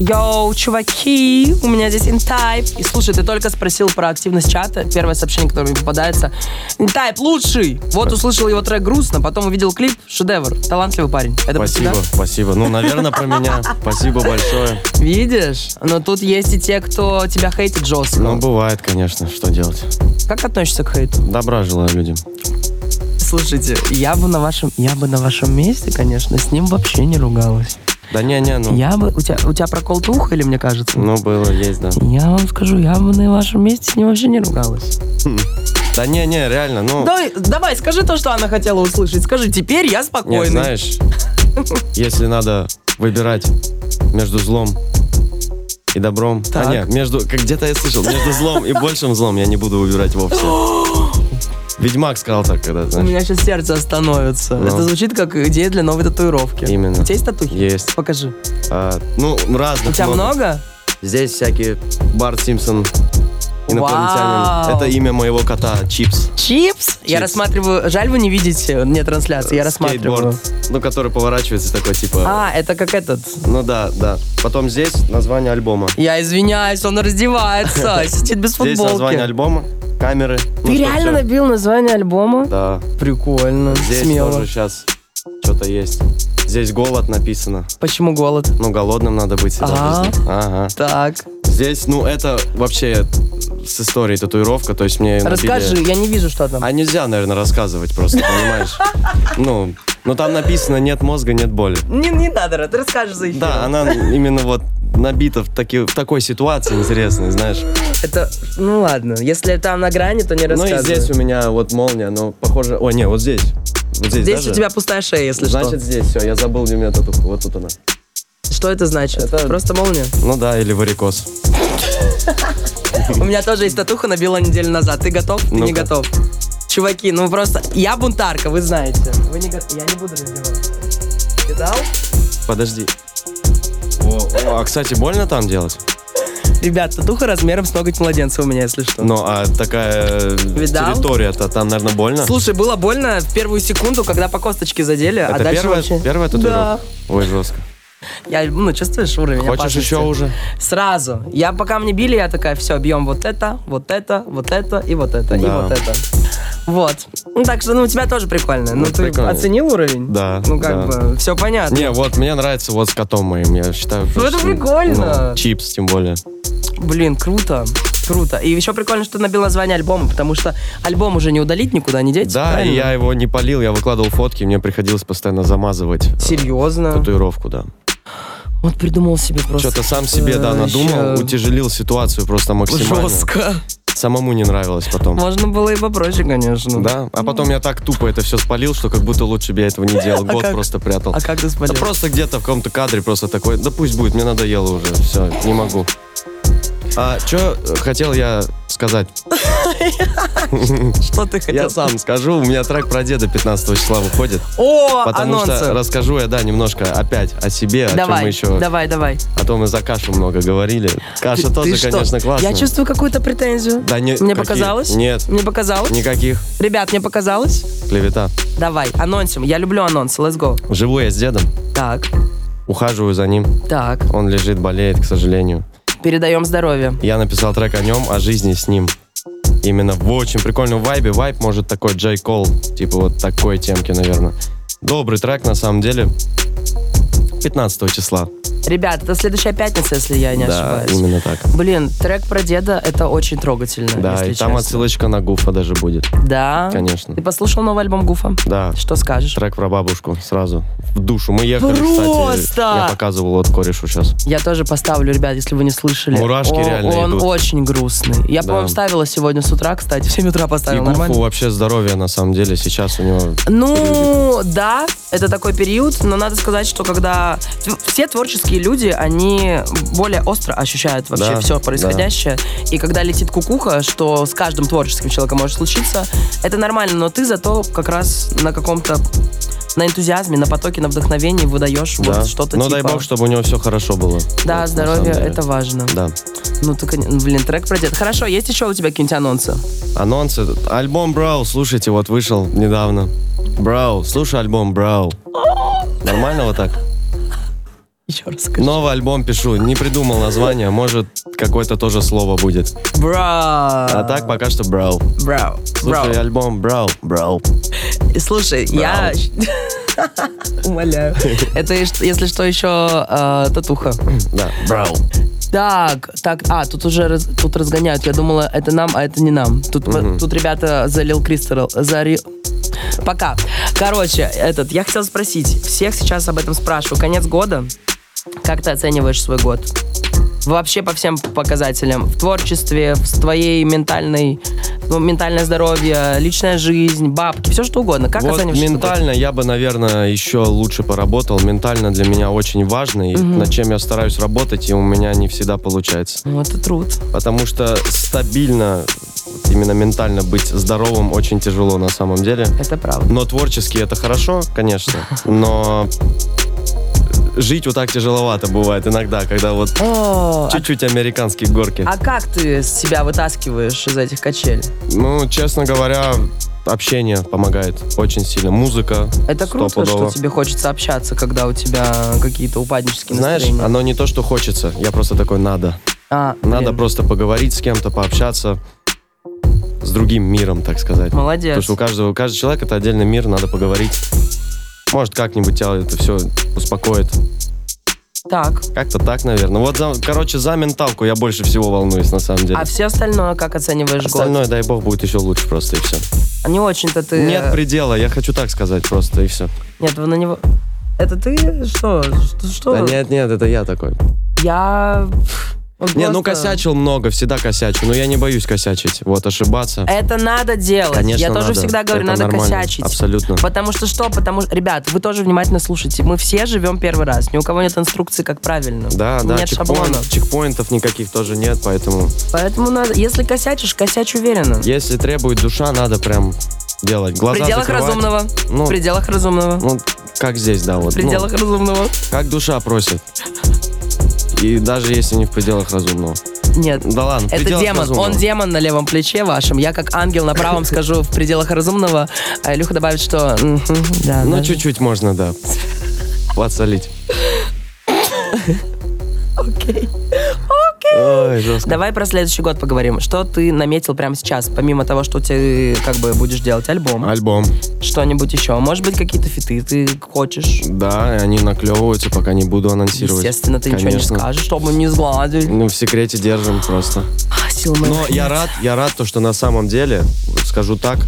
S2: Йоу, чуваки, у меня здесь Интайп. И слушай, ты только спросил про активность чата. Первое сообщение, которое мне попадается. Интайп лучший! Вот услышал его трек грустно, потом увидел клип. Шедевр. Талантливый парень. Это про
S3: Спасибо,
S2: тебя?
S3: спасибо. Ну, наверное, про меня. Спасибо большое.
S2: Видишь? Но тут есть и те, кто тебя хейтит жестко.
S3: Ну, бывает, конечно, что делать.
S2: Как относишься к хейту?
S3: Добра желаю людям.
S2: Слушайте, я бы на вашем, я бы на вашем месте, конечно, с ним вообще не ругалась.
S3: Да не-не, ну,
S2: Я бы, у тебя, у тебя прокол уха или мне кажется?
S3: ну, было, есть, да.
S2: Я вам скажу, я бы на вашем месте с ним вообще не ругалась.
S3: Да не-не, реально, ну,
S2: Давай, давай, скажи то, что она хотела услышать. Скажи, теперь я
S3: не,
S2: спокойный.
S3: знаешь, если надо выбирать между злом и добром.
S2: Так.
S3: А нет, между, как где-то я слышал, между злом и большим злом я не буду выбирать [GASPS] вовсе. Ведьмак сказал так, когда,
S2: У
S3: знаешь.
S2: меня сейчас сердце остановится.
S3: Ну.
S2: Это звучит как идея для новой татуировки.
S3: Именно.
S2: У тебя есть татухи?
S3: Есть.
S2: Покажи.
S3: А, ну, разных
S2: У тебя много?
S3: Здесь всякие Барт Симпсон, инопланетянин.
S2: Вау.
S3: Это имя моего кота, Чипс.
S2: Чипс? Я
S3: Чипс. Э,
S2: рассматриваю... Жаль, вы не видите мне трансляции. Я рассматриваю.
S3: Скейтборд, ну, который поворачивается такой, типа...
S2: А, это как этот.
S3: Ну да, да. Потом здесь название альбома.
S2: Я извиняюсь, он
S3: [LAUGHS]
S2: раздевается, сидит без
S3: Здесь
S2: футболки.
S3: название альбома, камеры. Ну,
S2: Ты реально набил название альбома?
S3: Да.
S2: Прикольно,
S3: Здесь
S2: смело.
S3: тоже сейчас что-то есть. Здесь голод написано.
S2: Почему голод?
S3: Ну, голодным надо быть всегда в
S2: Ага.
S3: жизни. Ага.
S2: Так,
S3: Здесь, ну, это вообще с историей татуировка, то есть мне её набили-
S2: расскажи, я не вижу, что там.
S3: А нельзя, наверное, рассказывать просто, понимаешь? Ну, но там написано «нет мозга, нет боли».
S2: Не, не надо, ты расскажешь за эфиром.
S3: Да, она именно вот набита в, таки- в такой ситуации интересной, знаешь.
S2: Это, ну ладно, если там на грани, то не
S3: Ну и
S2: рассказывай.
S3: здесь у меня вот молния, но похоже... Ой, не, вот здесь. Вот здесь,
S2: Здесь
S3: даже.
S2: у тебя пустая шея, если
S3: Значит, здесь все, я забыл, где у меня татуха. Вот тут она.
S2: что. Что это значит?
S3: это-
S2: Просто молния.
S3: Ну да, или варикоз.
S2: У меня тоже есть татуха, набила неделю назад. Ты готов? Ты не
S3: Ну-ка.
S2: готов. Чуваки, ну просто... Я бунтарка, вы знаете. Вы не готовы. Я не буду раздеваться. Видал?
S3: Подожди. О, о, а, кстати, больно там делать?
S2: Ребят, татуха размером с ноготь младенца у меня, если что.
S3: Ну, а такая э,
S2: Видал?
S3: территория-то там, наверное, больно.
S2: Слушай, было больно в первую секунду, когда по косточке задели, а
S3: Это
S2: дальше
S3: первая,
S2: вообще...
S3: первая татуировка? Ой, жестко.
S2: Я, ну, чувствуешь уровень
S3: Хочешь
S2: опасности?
S3: еще уже?
S2: Сразу. Я, пока мне били, я такая, все, бьем вот это, вот это, вот это, и вот это, и
S3: Да.
S2: вот это. Вот. Ну, так что, ну, у тебя тоже прикольно. Ну,
S3: Ну,
S2: ты
S3: прикольно.
S2: оценил уровень?
S3: Да,
S2: Ну, как
S3: да.
S2: бы, все понятно.
S3: Не, вот мне нравится вот с котом моим, я считаю.
S2: Ну, это
S3: просто,
S2: прикольно.
S3: ну, чипс, тем более.
S2: Блин, круто. Круто. И еще прикольно, что ты набил название альбома, потому что альбом уже не удалить, никуда не деть.
S3: Да, и
S2: правильно?
S3: я его не полил, я выкладывал фотки, мне приходилось постоянно замазывать э,
S2: Серьезно?
S3: татуировку, да.
S2: Вот придумал себе просто.
S3: Что-то сам себе, да,
S2: э,
S3: надумал,
S2: ща-
S3: утяжелил ситуацию просто максимально.
S2: Жестко.
S3: Самому не нравилось потом.
S2: Можно было и попроще, конечно.
S3: Да, а потом я так тупо это все спалил, что как будто лучше бы я
S2: [LAUGHS]
S3: этого не делал, год
S2: как?
S3: просто прятал.
S2: А как ты
S3: Да
S2: спалил?
S3: просто где-то в каком-то кадре просто такой, да пусть будет, мне надоело уже, все, не могу. А что хотел я сказать?
S2: Что ты хотел?
S3: Я сам скажу, у меня трек про деда 15 числа выходит.
S2: О,
S3: Потому
S2: А, анонсы.
S3: что расскажу я, да, немножко опять о себе, о чем
S2: давай,
S3: мы еще,
S2: давай, давай.
S3: о том мы за кашу много говорили. Каша
S2: Ты-
S3: тоже,
S2: ты что?
S3: конечно, классная.
S2: Я чувствую какую-то претензию.
S3: Да не-
S2: Мне
S3: какие?
S2: показалось?
S3: Нет.
S2: Мне показалось?
S3: Никаких
S2: Ребят, мне показалось?
S3: клевета.
S2: Давай, анонсим. Я люблю анонсы. Let's go.
S3: Живу я с дедом,
S2: Так,
S3: ухаживаю за ним.
S2: так.
S3: Он лежит, болеет, к сожалению.
S2: Передаем здоровье.
S3: Я написал трек о нем, о жизни с ним. Именно в очень прикольном вайбе. Вайб может такой Джей Кол, типа вот такой темки, наверное. Добрый трек, на самом деле. 15 числа.
S2: Ребят, это следующая пятница, если я не
S3: да,
S2: ошибаюсь.
S3: именно так.
S2: Блин, трек про деда это очень трогательно.
S3: Да,
S2: если
S3: и там
S2: честно.
S3: отсылочка на Гуфа даже будет.
S2: Да.
S3: Конечно.
S2: Ты послушал новый альбом Гуфа?
S3: Да.
S2: Что скажешь?
S3: Трек про бабушку сразу в душу. Мы ехали, кстати.
S2: Просто!
S3: Я показывал вот корешу сейчас.
S2: Я тоже поставлю, ребят, если вы не слышали.
S3: Мурашки
S2: О,
S3: реально
S2: Он
S3: идут.
S2: очень грустный. Я,
S3: Да. Типа
S2: по-моему, ставила сегодня с утра, кстати. [LAUGHS] В 7 утра
S3: И
S2: поставила. нормально?
S3: Гуфу вообще здоровье на самом деле сейчас у него.
S2: Ну, да, это такой период, но надо сказать, что когда тв- все творческие люди, они более остро ощущают вообще
S3: Да,
S2: все
S3: да.
S2: происходящее. И когда летит кукуха, что с каждым творческим человеком может случиться, это нормально, но ты зато как раз на каком-то на энтузиазме, на потоке, на вдохновении выдаешь
S3: да.
S2: вот что-то
S3: Но дай
S2: типа-
S3: бог, чтобы у него все хорошо было.
S2: Да,
S3: Вот, на
S2: здоровье,
S3: самом деле.
S2: это важно.
S3: Да.
S2: Ну, ты, кон- блин, трек пройдет. Хорошо, есть еще у тебя какие-нибудь анонсы?
S3: Анонсы. Альбом Брау, слушайте, вот вышел недавно. Брау, слушай альбом Брау. Нормально вот так?
S2: Еще раз скажи.
S3: Новый альбом пишу, не придумал название, может какое-то тоже слово будет.
S2: Бра!
S3: А так пока что Брау.
S2: Бра! Бра!
S3: Слушай альбом Брау, Брау.
S2: Слушай, я...
S3: [LAUGHS]
S2: Умоляю. Это, еш- если что, еще э, татуха.
S3: Да, Брау.
S2: Так, так, а, тут уже раз- тут разгоняют. Я думала, это нам, а это не нам. Тут, по- тут ребята залил Кристалл. Зари... Пока. Короче, этот, я хотела спросить. Всех сейчас об этом спрашиваю. Конец года. Как ты оцениваешь свой год? Вообще по всем показателям. В творчестве, в твоей ментальной... Ну, ментальное здоровье, личная жизнь, бабки, все что угодно. Как
S3: Вот
S2: оцениваешь свой год?
S3: ментально я бы, наверное, еще лучше поработал. Ментально для меня очень важно, и над чем я стараюсь работать, и у меня не всегда получается.
S2: Ну, это труд.
S3: Потому что стабильно, вот именно ментально быть здоровым очень тяжело на самом деле.
S2: Это правда.
S3: Но творчески это хорошо, конечно,
S2: [LAUGHS]
S3: но жить вот так тяжеловато бывает иногда, когда вот
S2: О, а-
S3: чуть-чуть американские горки.
S2: а как ты себя вытаскиваешь из этих качелей?
S3: Ну, честно говоря, общение помогает очень сильно. Музыка
S2: Это круто,
S3: стопудово.
S2: что тебе хочется общаться, когда у тебя какие-то упаднические
S3: Знаешь,
S2: настроения.
S3: оно не то, что хочется. Я просто такой надо.
S2: А,
S3: Надо
S2: блин,
S3: просто поговорить с кем-то, пообщаться с другим миром, так сказать.
S2: Молодец.
S3: Потому что у каждого, у каждого человека это отдельный мир, надо поговорить. Может, как-нибудь тебя это все успокоит.
S2: Так,
S3: Как-то так, наверное. Вот, за- короче, за менталку я больше всего волнуюсь, на самом деле.
S2: а все остальное как оцениваешь
S3: Остальное, дай бог, будет еще лучше просто, и все.
S2: год? Не очень-то ты...
S3: Нет предела, я хочу так сказать просто, и все.
S2: Нет, вы на него... Это ты? Что? Что? что?
S3: Да нет, нет, это я такой.
S2: Я... вот
S3: Не, ну
S2: просто-
S3: косячил много, всегда косячу, но я не боюсь косячить. Вот, ошибаться.
S2: Это надо делать.
S3: Конечно,
S2: Я тоже
S3: надо.
S2: всегда говорю,
S3: Это
S2: надо
S3: нормально.
S2: косячить.
S3: Абсолютно.
S2: Потому что что? Потому что, ребят, вы тоже внимательно слушайте. Мы все живем первый раз. Ни у кого нет инструкции, как правильно.
S3: Да, да,
S2: Нет
S3: чекпоин-
S2: шаблона.
S3: чекпоинтов никаких тоже нет, поэтому
S2: Поэтому надо, если косячишь, косячь уверенно.
S3: если требует душа, надо прям делать.
S2: В
S3: Глаза
S2: пределах
S3: закрывать.
S2: разумного.
S3: Ну.
S2: в пределах разумного.
S3: Ну, как здесь, да, вот.
S2: в
S3: ну,
S2: пределах разумного.
S3: как душа просит. И даже если не в пределах разумного.
S2: Нет.
S3: Да ладно, в
S2: Это
S3: пределах
S2: демон.
S3: разумного.
S2: Он демон на левом плече вашем. Я как ангел на правом скажу в пределах разумного. А Илюха добавит, что... мгм, Да,
S3: Ну,
S2: даже-
S3: чуть-чуть можно, да. Подсолить. Окей. Окей. Ой, жестко.
S2: Давай про следующий год поговорим. Что ты наметил прямо сейчас, помимо того, что ты как бы будешь делать альбом?
S3: Альбом.
S2: Что-нибудь еще? Может быть, какие-то фиты ты хочешь?
S3: Да, и они наклевываются, пока не буду анонсировать.
S2: Естественно, ты ничего не
S3: Конечно.
S2: скажешь, чтобы не сгладить.
S3: Ну, в секрете держим просто.
S2: А, сил моих
S3: Но я
S2: нет.
S3: рад, я рад, то, что на самом деле, вот скажу так,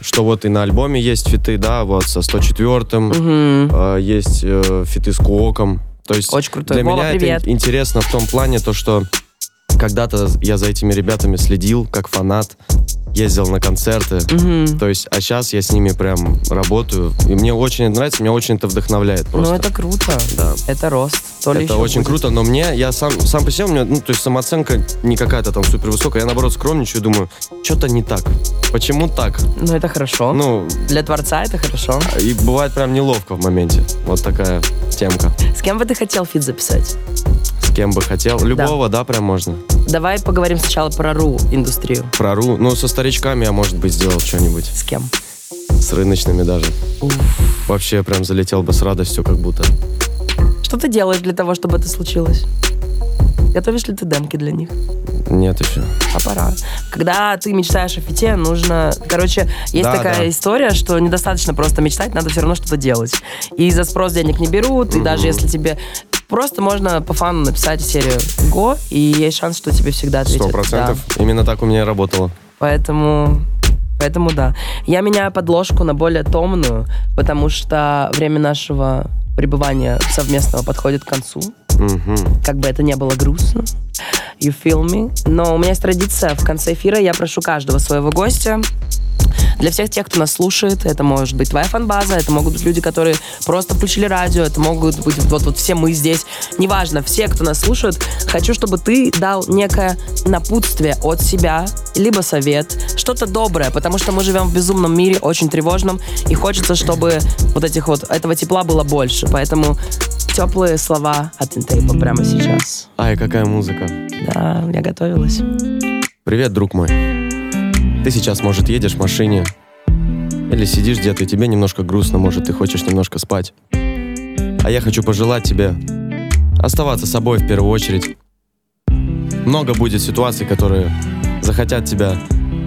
S3: что вот и на альбоме есть фиты, да, вот со 104-м, э, есть э, фиты с Куоком. То есть
S2: Очень крутой.
S3: для
S2: Вова,
S3: меня
S2: привет.
S3: это ин- интересно в том плане, то, что когда-то я за этими ребятами следил, как фанат, ездил на концерты.
S2: Ну,
S3: То есть, а сейчас я с ними прям работаю. И мне очень это нравится, меня очень это вдохновляет просто.
S2: Ну, это круто.
S3: Да.
S2: Это рост. То ли
S3: Это
S2: еще
S3: очень
S2: будет.
S3: круто, но мне, я сам, сам по себе, у меня, ну, то есть самооценка не какая-то там супер высокая. Я наоборот скромничаю, думаю, что-то не так. Почему так?
S2: Ну, это хорошо.
S3: Ну,
S2: Для творца это хорошо.
S3: и бывает прям неловко в моменте. Вот такая темка.
S2: С кем бы ты хотел фит записать?
S3: С кем бы хотел. Любого, да, прям можно.
S2: Давай поговорим сначала про ру-индустрию.
S3: Про Ру. Ну, со старичками я, может быть, сделал что-нибудь.
S2: С кем?
S3: С рыночными даже. Вообще прям залетел бы с радостью, как будто.
S2: Что ты делаешь для того, чтобы это случилось? Готовишь ли ты демки для них?
S3: Нет еще.
S2: А пора. Когда ты мечтаешь о фите, нужно... Короче, есть
S3: Да,
S2: такая
S3: да.
S2: история, что недостаточно просто мечтать, надо все равно что-то делать. И за спрос денег не берут, и даже если тебе... Просто можно по фану написать серию «Го», и есть шанс, что тебе всегда ответят.
S3: Сто
S2: «Да».
S3: процентов. Именно так у меня и работало.
S2: Поэтому, поэтому да. Я меняю подложку на более томную, потому что время нашего пребывания совместного подходит к концу. Как бы это не было грустно. You feel me? Но у меня есть традиция. В конце эфира я прошу каждого своего гостя для всех тех, кто нас слушает, это может быть твоя фан-база, это могут быть люди, которые просто включили радио, это могут быть вот, вот все мы здесь. Неважно, все, кто нас слушает, хочу, чтобы ты дал некое напутствие от себя, либо совет, что-то доброе, потому что мы живем в безумном мире, очень тревожном, и хочется, чтобы вот этих вот, этого тепла было больше. Поэтому теплые слова от Интейпа прямо сейчас.
S3: Ай, какая музыка.
S2: Да, я готовилась.
S3: Привет, друг мой. Ты сейчас, может, едешь в машине или сидишь где-то, и тебе немножко грустно, может, ты хочешь немножко спать. А я хочу пожелать тебе оставаться собой в первую очередь. Много будет ситуаций, которые захотят тебя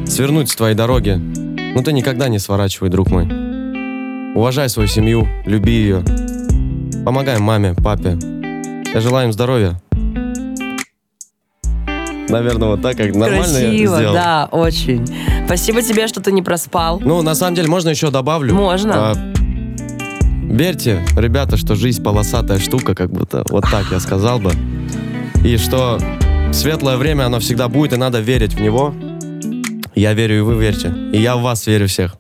S3: свернуть с твоей дороги, но ты никогда не сворачивай, друг мой. Уважай свою семью, люби ее. Помогай маме, папе. Я желаю им здоровья. Наверное, вот так, как нормально я
S2: Красиво,
S3: сделал.
S2: да, очень. Спасибо тебе, что ты не проспал.
S3: Ну, на самом деле, можно еще добавлю.
S2: Можно.
S3: А, верьте, ребята, что жизнь полосатая штука, как будто вот так я сказал бы. И что светлое время, оно всегда будет, и надо верить в него. Я верю, и вы верьте. И я в вас верю всех.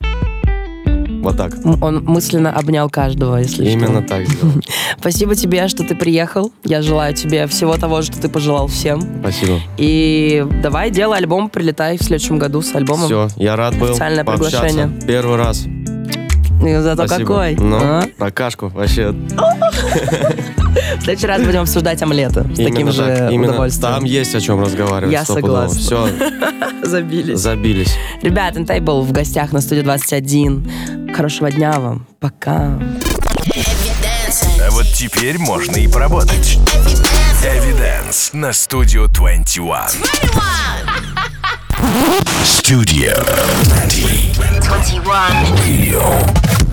S3: Вот так.
S2: М- Он мысленно обнял каждого, если что.
S3: Именно
S2: [LAUGHS]
S3: так сделал.
S2: Спасибо тебе, что ты приехал. Я желаю тебе всего того, что ты пожелал всем.
S3: Спасибо.
S2: И давай, делай альбом, прилетай в следующем году с альбомом.
S3: Все, я рад был
S2: Официальное
S3: пообщаться.
S2: приглашение.
S3: Первый раз.
S2: И зато
S3: Спасибо.
S2: какой.
S3: Ну,
S2: а?
S3: про кашку вообще.
S2: В следующий раз будем обсуждать омлеты с
S3: Именно
S2: таким же
S3: так. Именно
S2: удовольствием.
S3: там есть о чем разговаривать.
S2: Я согласна.
S3: Все,
S2: [LAUGHS] Забились.
S3: забились.
S2: Ребят, Энтай был в гостях на студии 21. Хорошего дня вам. Пока.
S1: А вот теперь можно и поработать. Эвиденс на студию 21. Studio 21.
S7: 21.
S1: Radio.